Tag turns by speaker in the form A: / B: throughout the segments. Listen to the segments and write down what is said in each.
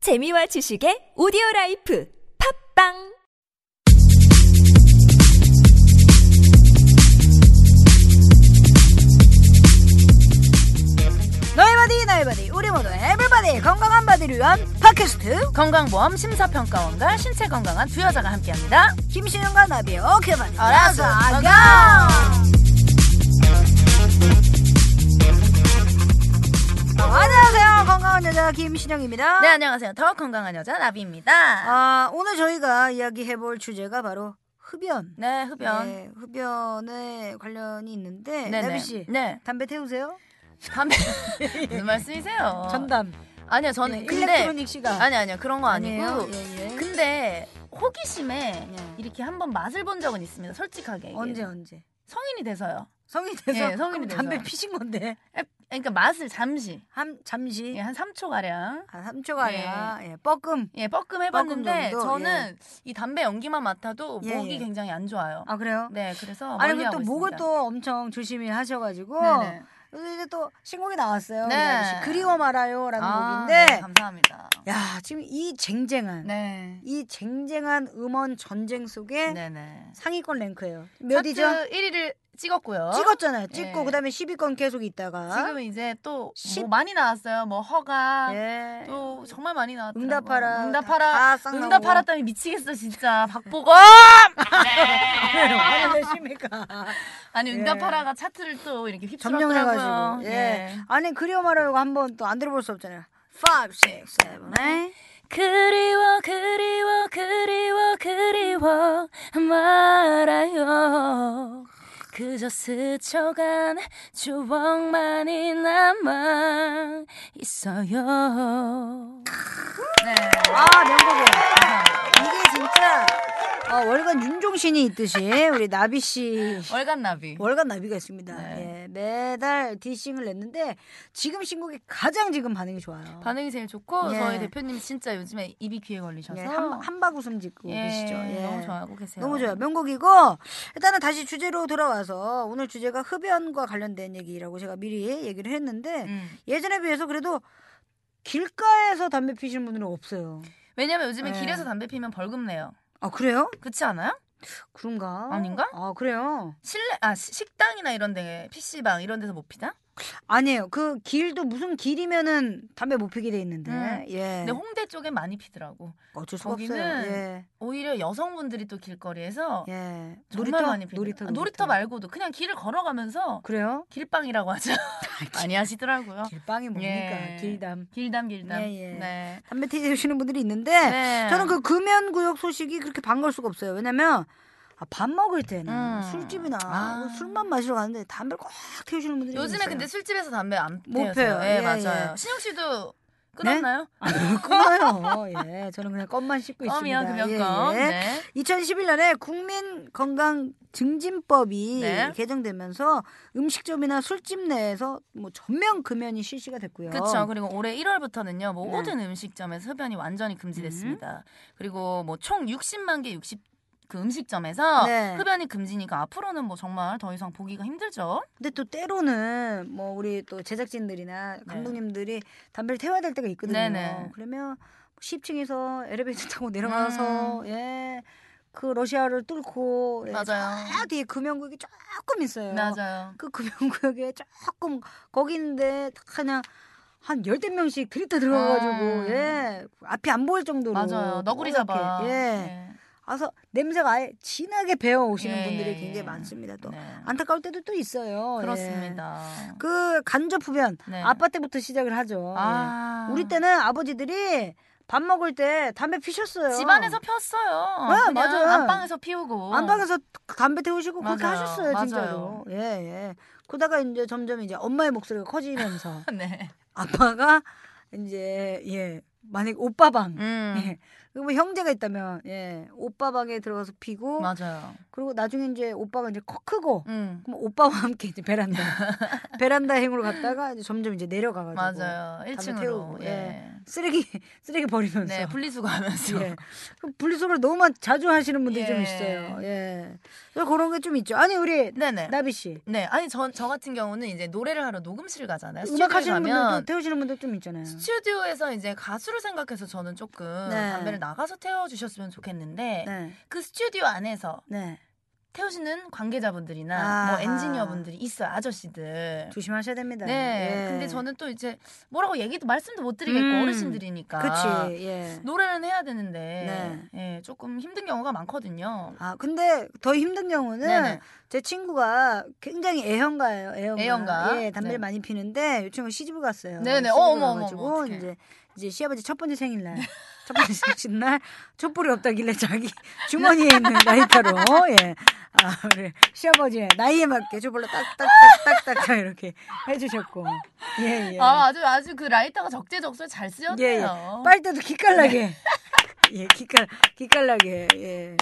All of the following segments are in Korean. A: 재미와 지식의 오디오 라이프 팝빵
B: 너의 바디 나의 바디 우리 모두 에블바디 건강한 바디를 위한 팟캐스트
C: 건강보험 심사평가원과 신체 건강한 두 여자가 함께합니다.
B: 김신영과 나비의 오케이 바디
C: 알아서
B: 아가 안녕하세요 건강한 여자 김신영입니다
C: 네, 안녕하세요. 더 건강한 여자 나비입니다.
B: 아, 오늘 저희가 이야기해볼 주제가 바로 흡연
C: 네, 흡연.
B: 네, 흡연에 관련이 있는데
C: 네네.
B: 나비씨
C: 네.
B: 담배 태우세요?
C: 담배. 무슨 말씀이세요? 아니요, 아, 저는
B: 네,
C: 근데
B: 일렉트로닉 씨가
C: 아니 아니요. 그런 거 아니고. 그
B: 아니에요? 예, 예.
C: 근데 호기심에
B: 네.
C: 이렇게 한번 맛을 본 적은 있습니다. 솔직하게. 이게.
B: 언제 언제
C: 성인이 돼서요.
B: 예. 성인 돼서
C: 예, 성인이
B: 그럼 담배
C: 돼서.
B: 피신 건데
C: 에, 그러니까 맛을 잠시.
B: 한 잠시
C: 예, 한 3초 가량.
B: 한 3초 가량 예, 뻐끔
C: 예, 뻐끔 해봤는데
B: 정도,
C: 저는 이 담배 연기만 맡아도
B: 예,
C: 목이
B: 예.
C: 굉장히 안 좋아요.
B: 아 그래요?
C: 네, 그래서
B: 아니
C: 멀리하고
B: 그또 목을
C: 있습니다.
B: 또 엄청 조심히 하셔가지고
C: 네네.
B: 그래서 이제 또 신곡이 나왔어요.
C: 네.
B: 이날씨 그리워 말아요라는
C: 아,
B: 곡인데
C: 네, 감사합니다.
B: 야 지금 이 쟁쟁한
C: 네.
B: 이 쟁쟁한 음원 전쟁 속에
C: 네네.
B: 상위권 랭크예요. 몇 위죠?
C: 1위를 찍었고요.
B: 찍었잖아요. 찍고
C: 뭐? 예.
B: 그다음에 10위권 계속 있다가
C: 지금 이제 또
B: 십-
C: 뭐 많이 나왔어요. 뭐 허가
B: 예.
C: 또 정말 많이 나왔더라고요.
B: 응답하라
C: 응답하라.
B: 다 싹 나오고.
C: 응답하라 때문에 미치겠어 진짜 박보검
B: 왜요? 화를 내십니까?
C: 아니
B: 예.
C: 응답하라가 차트를 또 이렇게 휩쓸었더라고요 네.
B: 점령해가지고 예. 아니 그리워 말아요가 한번 또 안 들어볼 수 없잖아요. 5, 6, 7,
C: 네.
B: 8
C: 그리워 그리워 그리워 그리워 말아요 그저 스쳐간 추억만이 남아 있어요 네.
B: 아 명곡이야. 이게 진짜 어, 월간 윤종신이 있듯이 우리 나비 씨
C: 월간 나비
B: 월간 나비가 있습니다.
C: 네.
B: 예, 매달 디싱을 냈는데 지금 신곡이 가장 지금 반응이 좋아요.
C: 반응이 제일 좋고
B: 예.
C: 저희 대표님이 진짜 요즘에 입이 귀에 걸리셔서
B: 예, 한, 한박 웃음 짓고
C: 예,
B: 계시죠. 예.
C: 너무 좋아하고 계세요
B: 너무 좋아요. 명곡이고 일단은 다시 주제로 돌아와서 오늘 주제가 흡연과 관련된 얘기라고 제가 미리 얘기를 했는데
C: 음.
B: 예전에 비해서 그래도 길가에서 담배 피시는 분들은 없어요.
C: 왜냐면 요즘에
B: 예.
C: 길에서 담배 피면 벌금 내요
B: 아 그래요?
C: 그렇지 않아요?
B: 그런가?
C: 아닌가?
B: 아 그래요.
C: 실내 아 시- 식당이나 이런 데 PC방 이런 데서 못 피나?
B: 아니에요. 그 길도 무슨 길이면은 담배 못 피게 돼 있는데.
C: 음.
B: 예.
C: 근데 홍대 쪽엔 많이 피더라고.
B: 어쩔 수가
C: 거기는
B: 없어요. 예.
C: 오히려 여성분들이 또 길거리에서
B: 예.
C: 정말 많이 피더
B: 놀이터,
C: 놀이터, 놀이터 말고도 그냥 길을 걸어가면서
B: 그래요?
C: 길빵이라고 하죠. 많이 하시더라고요.
B: 길빵이 뭡니까?
C: 예.
B: 길담.
C: 길담 길담.
B: 예, 예.
C: 네.
B: 담배 태우시는 분들이 있는데
C: 네.
B: 저는 그 금연 구역 소식이 그렇게 반가울 수가 없어요. 왜냐면 아, 밥 먹을 때는
C: 음.
B: 술집이나 뭐
C: 아.
B: 술만 마시러 가는데 담배를 꽉 태우시는 분들이
C: 요즘에
B: 있어요.
C: 근데 술집에서 담배 안
B: 못
C: 태우세요.
B: 펴요.
C: 예,
B: 예,
C: 맞아요.
B: 예.
C: 신영 씨도 끊었나요?
B: 끊어요. 아, 예. 저는 그냥 껌만 씹고 있습니다.
C: 껌이요, 금연껌.
B: 예, 예.
C: 네.
B: 2011년에 국민 건강 증진법이
C: 네.
B: 개정되면서 음식점이나 술집 내에서 뭐 전면 금연이 실시가 됐고요.
C: 그렇죠. 그리고 올해 1월부터는요. 뭐
B: 네. 음.
C: 모든 음식점에서 흡연이 완전히 금지됐습니다. 그리고 뭐 총 60만 개 60. 그 음식점에서
B: 네.
C: 흡연이 금지니까 앞으로는 뭐 정말 더 이상 보기가 힘들죠.
B: 근데 또 때로는 뭐 우리 또 제작진들이나 감독님들이 담배를 태워야 될 때가 있거든요.
C: 네. 네네.
B: 그러면 10층에서 엘리베이터 타고 내려가서 예. 그 러시아를 뚫고
C: 음.
B: 예,
C: 맞아요.
B: 저 뒤에 금연구역이 조금 있어요.
C: 맞아요.
B: 그 금연구역에 조금 거기 있는데 딱 그냥 한 열댓 명씩 들이터 들어가가지고
C: 음.
B: 예 앞이 안 보일 정도로
C: 맞아요. 너구리
B: 이렇게,
C: 잡아. 네.
B: 예 와서 냄새가 아예 진하게 배어 오시는
C: 예,
B: 분들이
C: 예,
B: 굉장히
C: 예.
B: 많습니다 또
C: 네.
B: 안타까울 때도 또 있어요 예.
C: 그렇습니다.
B: 그 간접 흡연
C: 네.
B: 아빠 때부터 시작을 하죠
C: 아.
B: 예. 우리 때는 아버지들이 밥 먹을 때 담배 피셨어요
C: 집안에서 폈어요.
B: 네,
C: 그냥
B: 맞아요.
C: 안방에서 피우고.
B: 안방에서 담배 태우시고 그렇게
C: 맞아요.
B: 하셨어요
C: 맞아요.
B: 진짜로 예 예. 그러다가 이제 점점 이제 엄마의 목소리가 커지면서
C: 네.
B: 아빠가 이제 예 만약 오빠방
C: 음.
B: 예, 그리고 뭐 형제가 있다면 예 오빠 방에 들어가서 피고
C: 맞아요.
B: 그리고 나중에 이제 오빠가 이제 커 크고
C: 음.
B: 그럼 오빠와 함께 이제 베란다 베란다 행으로 갔다가 이제 점점 이제 내려가가지고
C: 맞아요. 1층으로.
B: 태우고,
C: 예.
B: 예. 쓰레기 쓰레기 버리면서
C: 네, 분리수거 하면서.
B: 예. 그럼 분리수거를 너무 많- 자주 하시는 분들이 좀
C: 예.
B: 있어요. 예. 그래서 그런 게 좀 있죠. 아니 우리
C: 네네.
B: 나비 씨
C: 네, 아니 전 저 같은 경우는 이제 노래를 하러 녹음실 가잖아요. 스튜디오에
B: 음악 하시는 분들도
C: 가면
B: 태우시는 분들 좀 있잖아요.
C: 스튜디오에서 이제 가수를 생각해서 저는 조금
B: 네.
C: 담배를 나가서 태워 주셨으면 좋겠는데
B: 네.
C: 그 스튜디오 안에서
B: 네.
C: 태우시는 관계자분들이나 뭐
B: 아하.
C: 엔지니어분들이 있어요 아저씨들.
B: 조심하셔야 됩니다.
C: 네.
B: 예.
C: 근데 저는 또 이제 뭐라고 얘기도 말씀도 못 드리겠고
B: 음.
C: 어르신들이니까.
B: 그치. 네. 예.
C: 노래는 해야 되는데 예, 조금 힘든 경우가 많거든요.
B: 아 근데 더 힘든 경우는
C: 어. 네네.
B: 제 친구가 굉장히 애형가예요. 애형가.
C: 애형가.
B: 예, 담배를
C: 네.
B: 많이 피는데 이 친구 시집을 갔어요.
C: 네네.
B: 시집을
C: 어, 어머, 어머,
B: 가가지고
C: 어머, 어떡해.
B: 이제 이제 시아버지 첫 번째 생일날 첫 번째 생일날 촛불이 없다길래 자기 주머니에 있는 라이터로 예. 아, 우리 시아버지의 나이에 맞게 촛불로 딱딱딱딱딱 이렇게 해주셨고 예 예.
C: 아, 아주 아주 그 라이터가 적재적소에 잘 쓰였네요. 네.
B: 예, 예. 빨대도 기깔나게. 예, 기깔, 기깔나게. 예.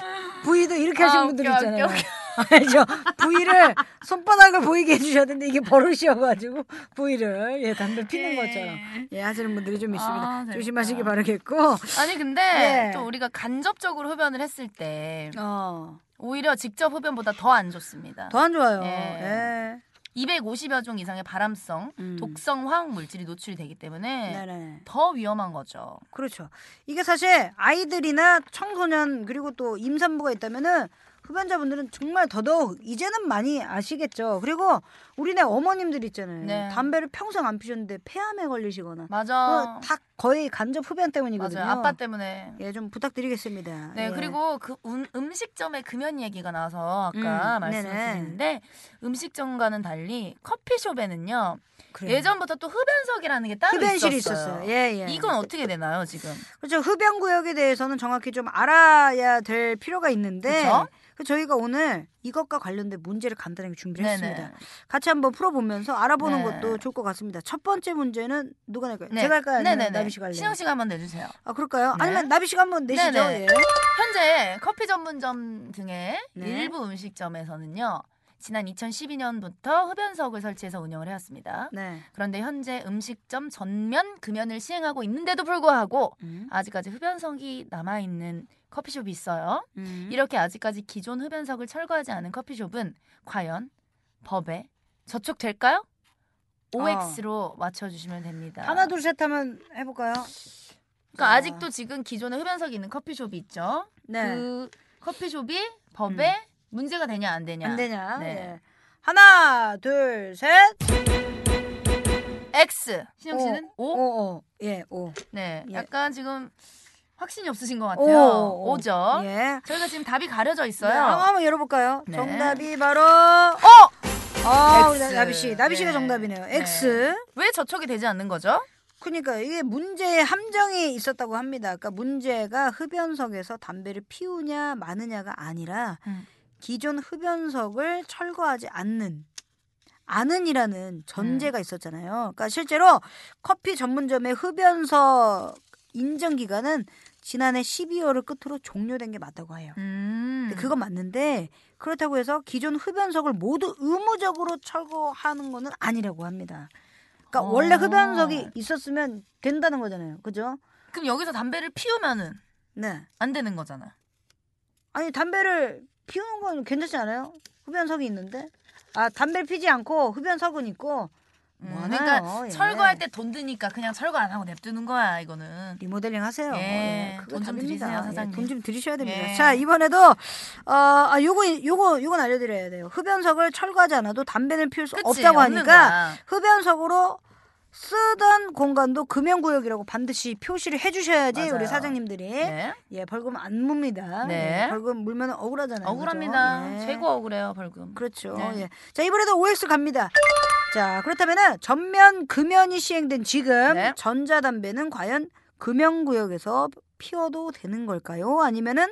B: 부위도 이렇게 하시는
C: 아,
B: 분들
C: 웃겨,
B: 있잖아요.
C: 웃겨,
B: 알죠? 부위를 손바닥을 보이게 해주셔야 되는데 이게 버릇이어가지고 부위를 예, 담배 피는
C: 예.
B: 것처럼 예, 하시는 분들이 좀 있습니다.
C: 아, 재밌다.
B: 조심하시기 바라겠고.
C: 아니 근데
B: 네.
C: 또 우리가 간접적으로 흡연을 했을 때
B: 어,
C: 오히려 직접 흡연보다 더 안 좋습니다.
B: 더 안 좋아요. 예.
C: 예. 250여 종 이상의 발암성,
B: 음.
C: 독성 화학 물질이 노출이 되기 때문에
B: 네네.
C: 더 위험한 거죠.
B: 그렇죠. 이게 사실 아이들이나 청소년 그리고 또 임산부가 있다면은 흡연자분들은 정말 더더욱 이제는 많이 아시겠죠. 그리고 우리네 어머님들 있잖아요.
C: 네.
B: 담배를 평생 안 피셨는데 폐암에 걸리시거나
C: 맞아.
B: 그거 어, 다 거의 간접 흡연 때문이거든요.
C: 맞아요. 아빠 때문에.
B: 예, 좀 부탁드리겠습니다.
C: 네,
B: 예.
C: 그리고 그 음, 음식점의 금연 얘기가 나와서 아까
B: 음,
C: 말씀을
B: 네네.
C: 드렸는데 음식점과는 달리 커피숍에는요.
B: 그래요.
C: 예전부터 또 흡연석이라는 게 따로
B: 흡연실이
C: 있었어요.
B: 있었어요. 예, 예.
C: 이건 어떻게 되나요, 지금?
B: 그렇죠. 흡연 구역에 대해서는 정확히 좀 알아야 될 필요가 있는데
C: 그쵸?
B: 그 저희가 오늘 이것과 관련된 문제를 간단하게 준비를 했습니다.
C: 네네.
B: 같이 한번 풀어보면서 알아보는
C: 네.
B: 것도 좋을 것 같습니다. 첫 번째 문제는 누가 낼까요?
C: 네.
B: 제가 할까요? 아니면
C: 네네네.
B: 나비 씨가 할래요?
C: 신영 씨가 한번 내주세요.
B: 아 그럴까요?
C: 네.
B: 아니면 나비 씨가 한번 내시죠.
C: 네네.
B: 예.
C: 현재 커피 전문점 등의
B: 네.
C: 일부 음식점에서는요. 지난 2012년부터 흡연석을 설치해서 운영을 해왔습니다.
B: 네.
C: 그런데 현재 음식점 전면 금연을 시행하고 있는데도 불구하고
B: 음.
C: 아직까지 흡연석이 남아있는 커피숍이 있어요.
B: 음.
C: 이렇게 아직까지 기존 흡연석을 철거하지 않은 커피숍은 과연 법에 저촉될까요? OX로 맞춰주시면 됩니다.
B: 하나 둘 셋 하면 해볼까요?
C: 그러니까 아직도 지금 기존에 흡연석이 있는 커피숍이 있죠.
B: 네. 음.
C: 그 커피숍이 법에 문제가 되냐 안 되냐.
B: 안 되냐?
C: 네.
B: 예. 하나 둘 셋.
C: X. 신영 씨는
B: 오,
C: O.
B: 오, 오. 예, 오.
C: 네.
B: 예.
C: 약간 지금 확신이 없으신 것
B: 오,
C: 같아요. 오, 죠
B: 예.
C: 저희가 지금 답이 가려져
B: 네,
C: 있어요.
B: 한번, 한번 열어볼까요?
C: 네.
B: 정답이 바로 어. 아, 우리
C: X.
B: 나비 씨, 나비 씨가
C: 네.
B: 정답이네요.
C: 네.
B: X.
C: 왜 저촉이 되지 않는 거죠?
B: 그러니까 이게 문제의 함정이 있었다고 합니다. 그러니까 문제가 흡연석에서 담배를 피우냐 마느냐가 아니라
C: 음.
B: 기존 흡연석을 철거하지 않는 않은이라는 전제가 있었잖아요. 그러니까 실제로 커피 전문점의 흡연석 인정 기간은 지난해 12월을 끝으로 종료된 게 맞다고 해요.
C: 음.
B: 근데 그건 맞는데 그렇다고 해서 기존 흡연석을 모두 의무적으로 철거하는 거는 아니라고 합니다. 그러니까
C: 어.
B: 원래 흡연석이 있었으면 된다는 거잖아요. 그죠?
C: 그럼 여기서 담배를 피우면은
B: 네.
C: 안 되는 거잖아.
B: 아니 담배를 피우는 건 괜찮지 않아요? 흡연석이 있는데. 아, 담배를 피지 않고 흡연석은 있고
C: 음,
B: 많아요.
C: 그러니까
B: 예.
C: 철거할 때 돈 드니까 그냥 철거 안 하고 냅두는 거야 이거는.
B: 리모델링 하세요. 어,
C: 예,
B: 그거
C: 돈좀
B: 답입니다.
C: 드리세요, 사장님.
B: 돈 좀 드리셔야 됩니다.
C: 예.
B: 자, 이번에도 어, 아, 요거 요거 요건 알려 드려야 돼요. 흡연석을 철거하지 않아도 담배를 피울 수
C: 그치?
B: 없다고
C: 없는
B: 하니까
C: 거야.
B: 흡연석으로 쓰던 공간도 금연구역이라고 반드시 표시를 해주셔야지
C: 맞아요.
B: 우리 사장님들이
C: 네.
B: 예 벌금 안 묻니다.
C: 네.
B: 예, 벌금 물면 억울하잖아요.
C: 억울합니다.
B: 그죠? 예.
C: 최고 억울해요 벌금.
B: 그렇죠.
C: 네.
B: 예. 자 이번에도 OX 갑니다. 자 그렇다면은 전면 금연이 시행된 지금
C: 네.
B: 전자담배는 과연 금연구역에서 피워도 되는 걸까요? 아니면은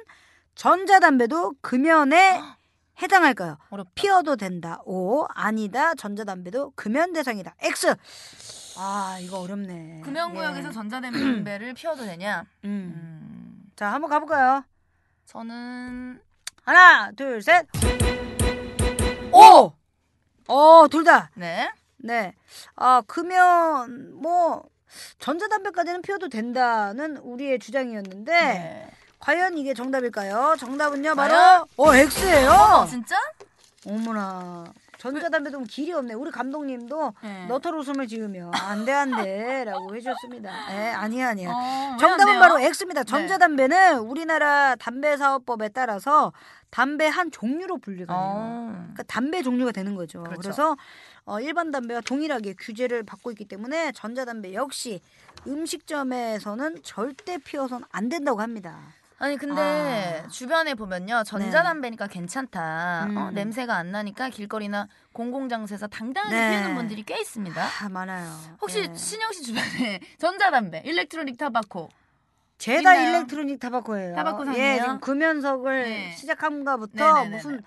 B: 전자담배도 금연에 해당할까요?
C: 어렵다.
B: 피워도 된다. 오 아니다. 전자담배도 금연 대상이다. X. 아 이거 어렵네.
C: 금연구역에서
B: 예.
C: 전자담배를 피워도 되냐?
B: 음.
C: 음.
B: 자, 한번 가볼까요?
C: 저는
B: 하나, 둘, 셋. 오! 어, 둘 다.
C: 네.
B: 네. 아, 그러면 뭐 전자담배까지는 피워도 된다는 우리의 주장이었는데
C: 네.
B: 과연 이게 정답일까요? 정답은요, 바로
C: 과연?
B: 어, X예요.
C: 어, 진짜?
B: 어머나. 전자담배 좀 길이 없네. 우리 감독님도
C: 네.
B: 너털 웃음을 지으며 안돼 안돼라고 해주셨습니다. 예, 아니야 아니야.
C: 어, 왜안
B: 정답은
C: 돼요? 네.
B: 바로 X입니다. 전자담배는 우리나라 담배사업법에 따라서 담배 한 종류로 분류가 돼요.
C: 어.
B: 그러니까 담배 종류가 되는 거죠.
C: 그렇죠.
B: 그래서 어, 일반 담배와 동일하게 규제를 받고 있기 때문에 전자담배 역시 음식점에서는 절대 피워선 안 된다고 합니다.
C: 아니 근데
B: 아.
C: 주변에 보면요 전자담배니까 괜찮다
B: 음.
C: 어, 냄새가 안 나니까 길거리나 공공장소에서 당당하게
B: 네.
C: 피우는 분들이 꽤 있습니다
B: 다 많아요.
C: 혹시
B: 예.
C: 신영 씨 주변에 전자담배 일렉트로닉 타바코
B: 제다
C: 있나요?
B: 일렉트로닉 타바코예요.
C: 타바코상이에요?
B: 예, 지금 금연석을
C: 네.
B: 시작함가부터
C: 네네네네.
B: 무슨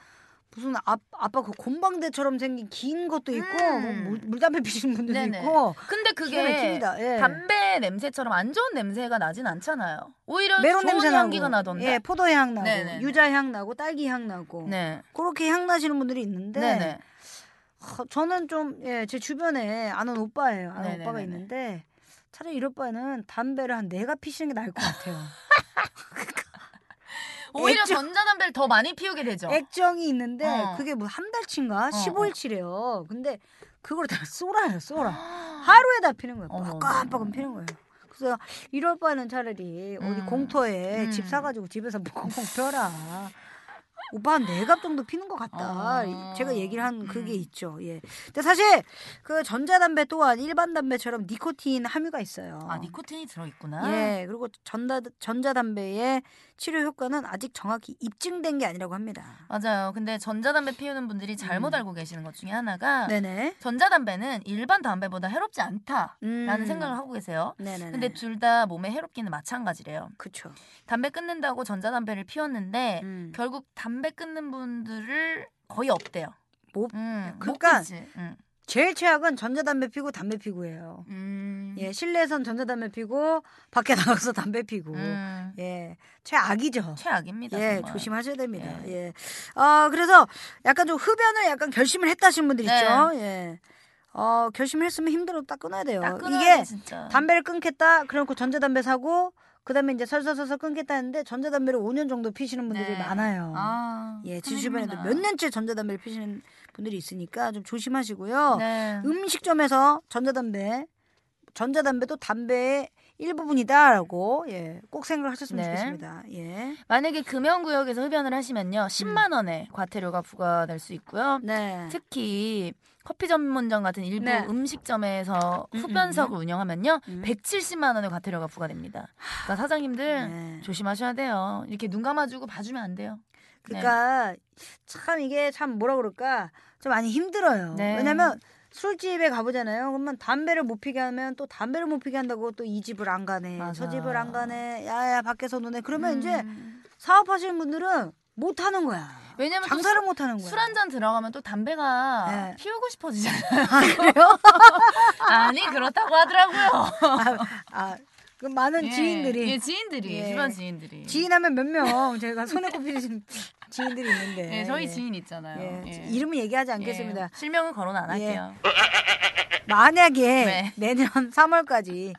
B: 무슨 아, 아빠 그 곰방대처럼 생긴 긴 것도 있고
C: 음.
B: 뭐 물, 물담배 피시는 분들도
C: 네네.
B: 있고
C: 근데
B: 기가
C: 그게
B: 막힙니다. 예.
C: 담배 냄새처럼 안 좋은 냄새가 나진 않잖아요 오히려
B: 메론
C: 좋은
B: 냄새 나고,
C: 향기가 나던데
B: 예, 포도의 향 나고,
C: 네네네.
B: 유자 향 나고, 딸기 향 나고,
C: 네.
B: 그렇게 향 나시는 분들이 있는데,
C: 네. 네
B: 어, 저는 좀 예, 제 주변에 아는 오빠예요. 아는
C: 네네네네.
B: 오빠가 있는데 차라리 이럴 바에는 담배를 한 내가 피시는 게 나을 것 같아요.
C: 오히려
B: 액정-
C: 전자담배를 더 많이 피우게 되죠
B: 액정이 있는데
C: 어.
B: 그게 뭐 한 달치인가
C: 어,
B: 15일치래요. 근데 그걸 다 쏘라요, 쏘라.
C: 아.
B: 하루에 다 피는 거예요.
C: 어머,
B: 빠깜빠깜 피는 거예요. 그래서 이럴 바에는 차라리 어디
C: 음.
B: 공터에
C: 음.
B: 집 사가지고 집에서 멍멍 펴라. 오빠 한 네 갑 정도 피는 것 같다.
C: 어.
B: 제가 얘기를 한 그게
C: 음.
B: 있죠. 예. 근데 사실 그 전자담배 또한 일반 담배처럼 니코틴 함유가 있어요.
C: 아 니코틴이 들어있구나
B: 예. 그리고 전자 전자담배의 치료 효과는 아직 정확히 입증된 게 아니라고 합니다.
C: 맞아요. 근데 전자담배 피우는 분들이 잘못
B: 음.
C: 알고 계시는 것 중에 하나가
B: 네네. 전자담배는
C: 전자담배는 일반 담배보다 해롭지 않다라는 생각을 하고 계세요.
B: 음. 네네.
C: 근데 둘 다 몸에 해롭기는 마찬가지래요.
B: 그쵸.
C: 담배 끊는다고 전자담배를 피웠는데
B: 음.
C: 결국 담배 끊는 분들을 거의 없대요.
B: 뭐-
C: 음,
B: 그러니까-
C: 못 끊지. 음.
B: 제일 최악은 전자담배 피고 담배 피고예요.
C: 음.
B: 예, 실내에선 전자담배 피고 밖에 나가서 담배 피고.
C: 음.
B: 예, 최악이죠.
C: 최악입니다.
B: 뭐. 예,
C: 정말.
B: 조심하셔야 됩니다.
C: 예.
B: 예. 아, 그래서 약간 좀 흡연을 약간 결심을 했다신 분들
C: 네.
B: 있죠. 예. 어, 결심을 했으면 힘들어도 딱 끊어야 돼요.
C: 딱 끊어야
B: 이게
C: 돼, 진짜.
B: 담배를 끊겠다. 그래놓고 전자담배 사고 그다음에 이제 설설설설 끊겠다 했는데 전자담배를 5년 정도 피시는 분들이
C: 네.
B: 많아요.
C: 아,
B: 예, 제
C: 큰일입니다.
B: 주변에도 몇 년째 전자담배를 피시는 분들이 있으니까 좀 조심하시고요.
C: 네.
B: 음식점에서 전자담배, 전자담배도 담배의 일부분이다라고 예, 꼭 생각하셨으면
C: 네.
B: 좋겠습니다. 예.
C: 만약에 금연구역에서 흡연을 하시면요. 10만 원의 과태료가 부과될 수 있고요.
B: 음. 네.
C: 특히 커피 전문점 같은 일부
B: 네.
C: 음식점에서
B: 음, 음,
C: 흡연석을 운영하면요.
B: 음.
C: 170만 원의 과태료가 부과됩니다. 그러니까 사장님들
B: 네.
C: 조심하셔야 돼요. 이렇게 눈 감아주고 봐주면 안 돼요.
B: 그러니까 참 이게 참 뭐라 그럴까 좀 많이 힘들어요.
C: 네.
B: 왜냐면 술집에 가보잖아요. 그러면 담배를 못 피게 하면 또 담배를 못 피게 한다고 또 이 집을 안 가네,
C: 맞아.
B: 저 집을 안 가네, 야야 밖에서 노네. 그러면 이제
C: 음.
B: 사업하시는 분들은 못 하는 거야.
C: 왜냐면
B: 장사를 못 하는 거야.
C: 술 한 잔 들어가면 또 담배가
B: 네.
C: 피우고 싶어지잖아요.
B: 아, 그래요?
C: 아니 그렇다고 하더라고요.
B: 아, 그 많은
C: 예.
B: 지인들이
C: 예, 지인들이
B: 예.
C: 주변 지인들이
B: 지인하면 몇 명 제가 손에 꼽히는 지인들이 있는데.
C: 예, 저희
B: 예.
C: 지인 있잖아요.
B: 예,
C: 예.
B: 이름은 얘기하지
C: 예,
B: 않겠습니다.
C: 실명은 거론 안
B: 예.
C: 할게요.
B: 만약에
C: 네.
B: 내년 3월까지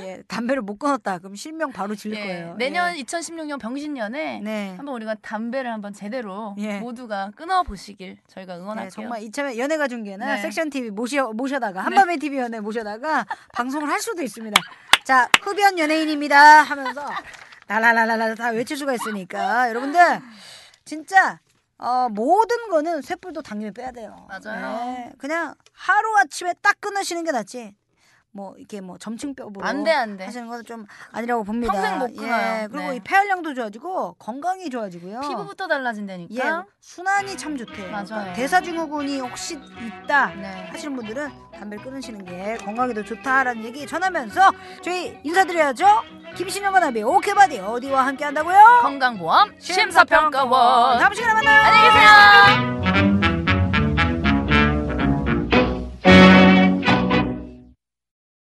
B: 예, 담배를 못 끊었다. 그럼 실명 바로 질
C: 예,
B: 거예요.
C: 내년
B: 예.
C: 2016년 병신년에
B: 네.
C: 한번 우리가 담배를 한번 제대로
B: 예.
C: 모두가 끊어 보시길 저희가
B: 네,
C: 응원할게요.
B: 정말 이참에 연예가 중계나
C: 네.
B: 섹션 TV 모셔, 모셔다가 한밤의 TV 연예 모셔다가 방송을 할 수도 있습니다. 자, 흡연 연예인입니다 하면서 라라라라라 다 외칠 수가 있으니까 여러분들 진짜 어, 모든 거는 쇳불도 당뇨에 빼야 돼요.
C: 맞아요.
B: 네, 그냥 하루 아침에 딱 끊으시는 게 낫지. 뭐 이게 뭐 점층뼈부로
C: 안 돼, 안 돼.
B: 하시는 건 좀 아니라고 봅니다.
C: 평생 못 끊어요.
B: 예, 그리고
C: 네.
B: 이 폐활량도 좋아지고 건강이 좋아지고요.
C: 피부부터 달라진다니까.
B: 예, 순환이 참 좋대요.
C: 맞아요.
B: 대사증후군이 혹시 있다
C: 네.
B: 하시는 분들은 담배를 끊으시는 게 건강에도 좋다라는 얘기 전하면서 저희 인사드려야죠. 김신영과 나비 오케바디 어디와 함께 한다고요?
C: 건강보험 심사평가원.
B: 다음 시간에 만나요. 안녕.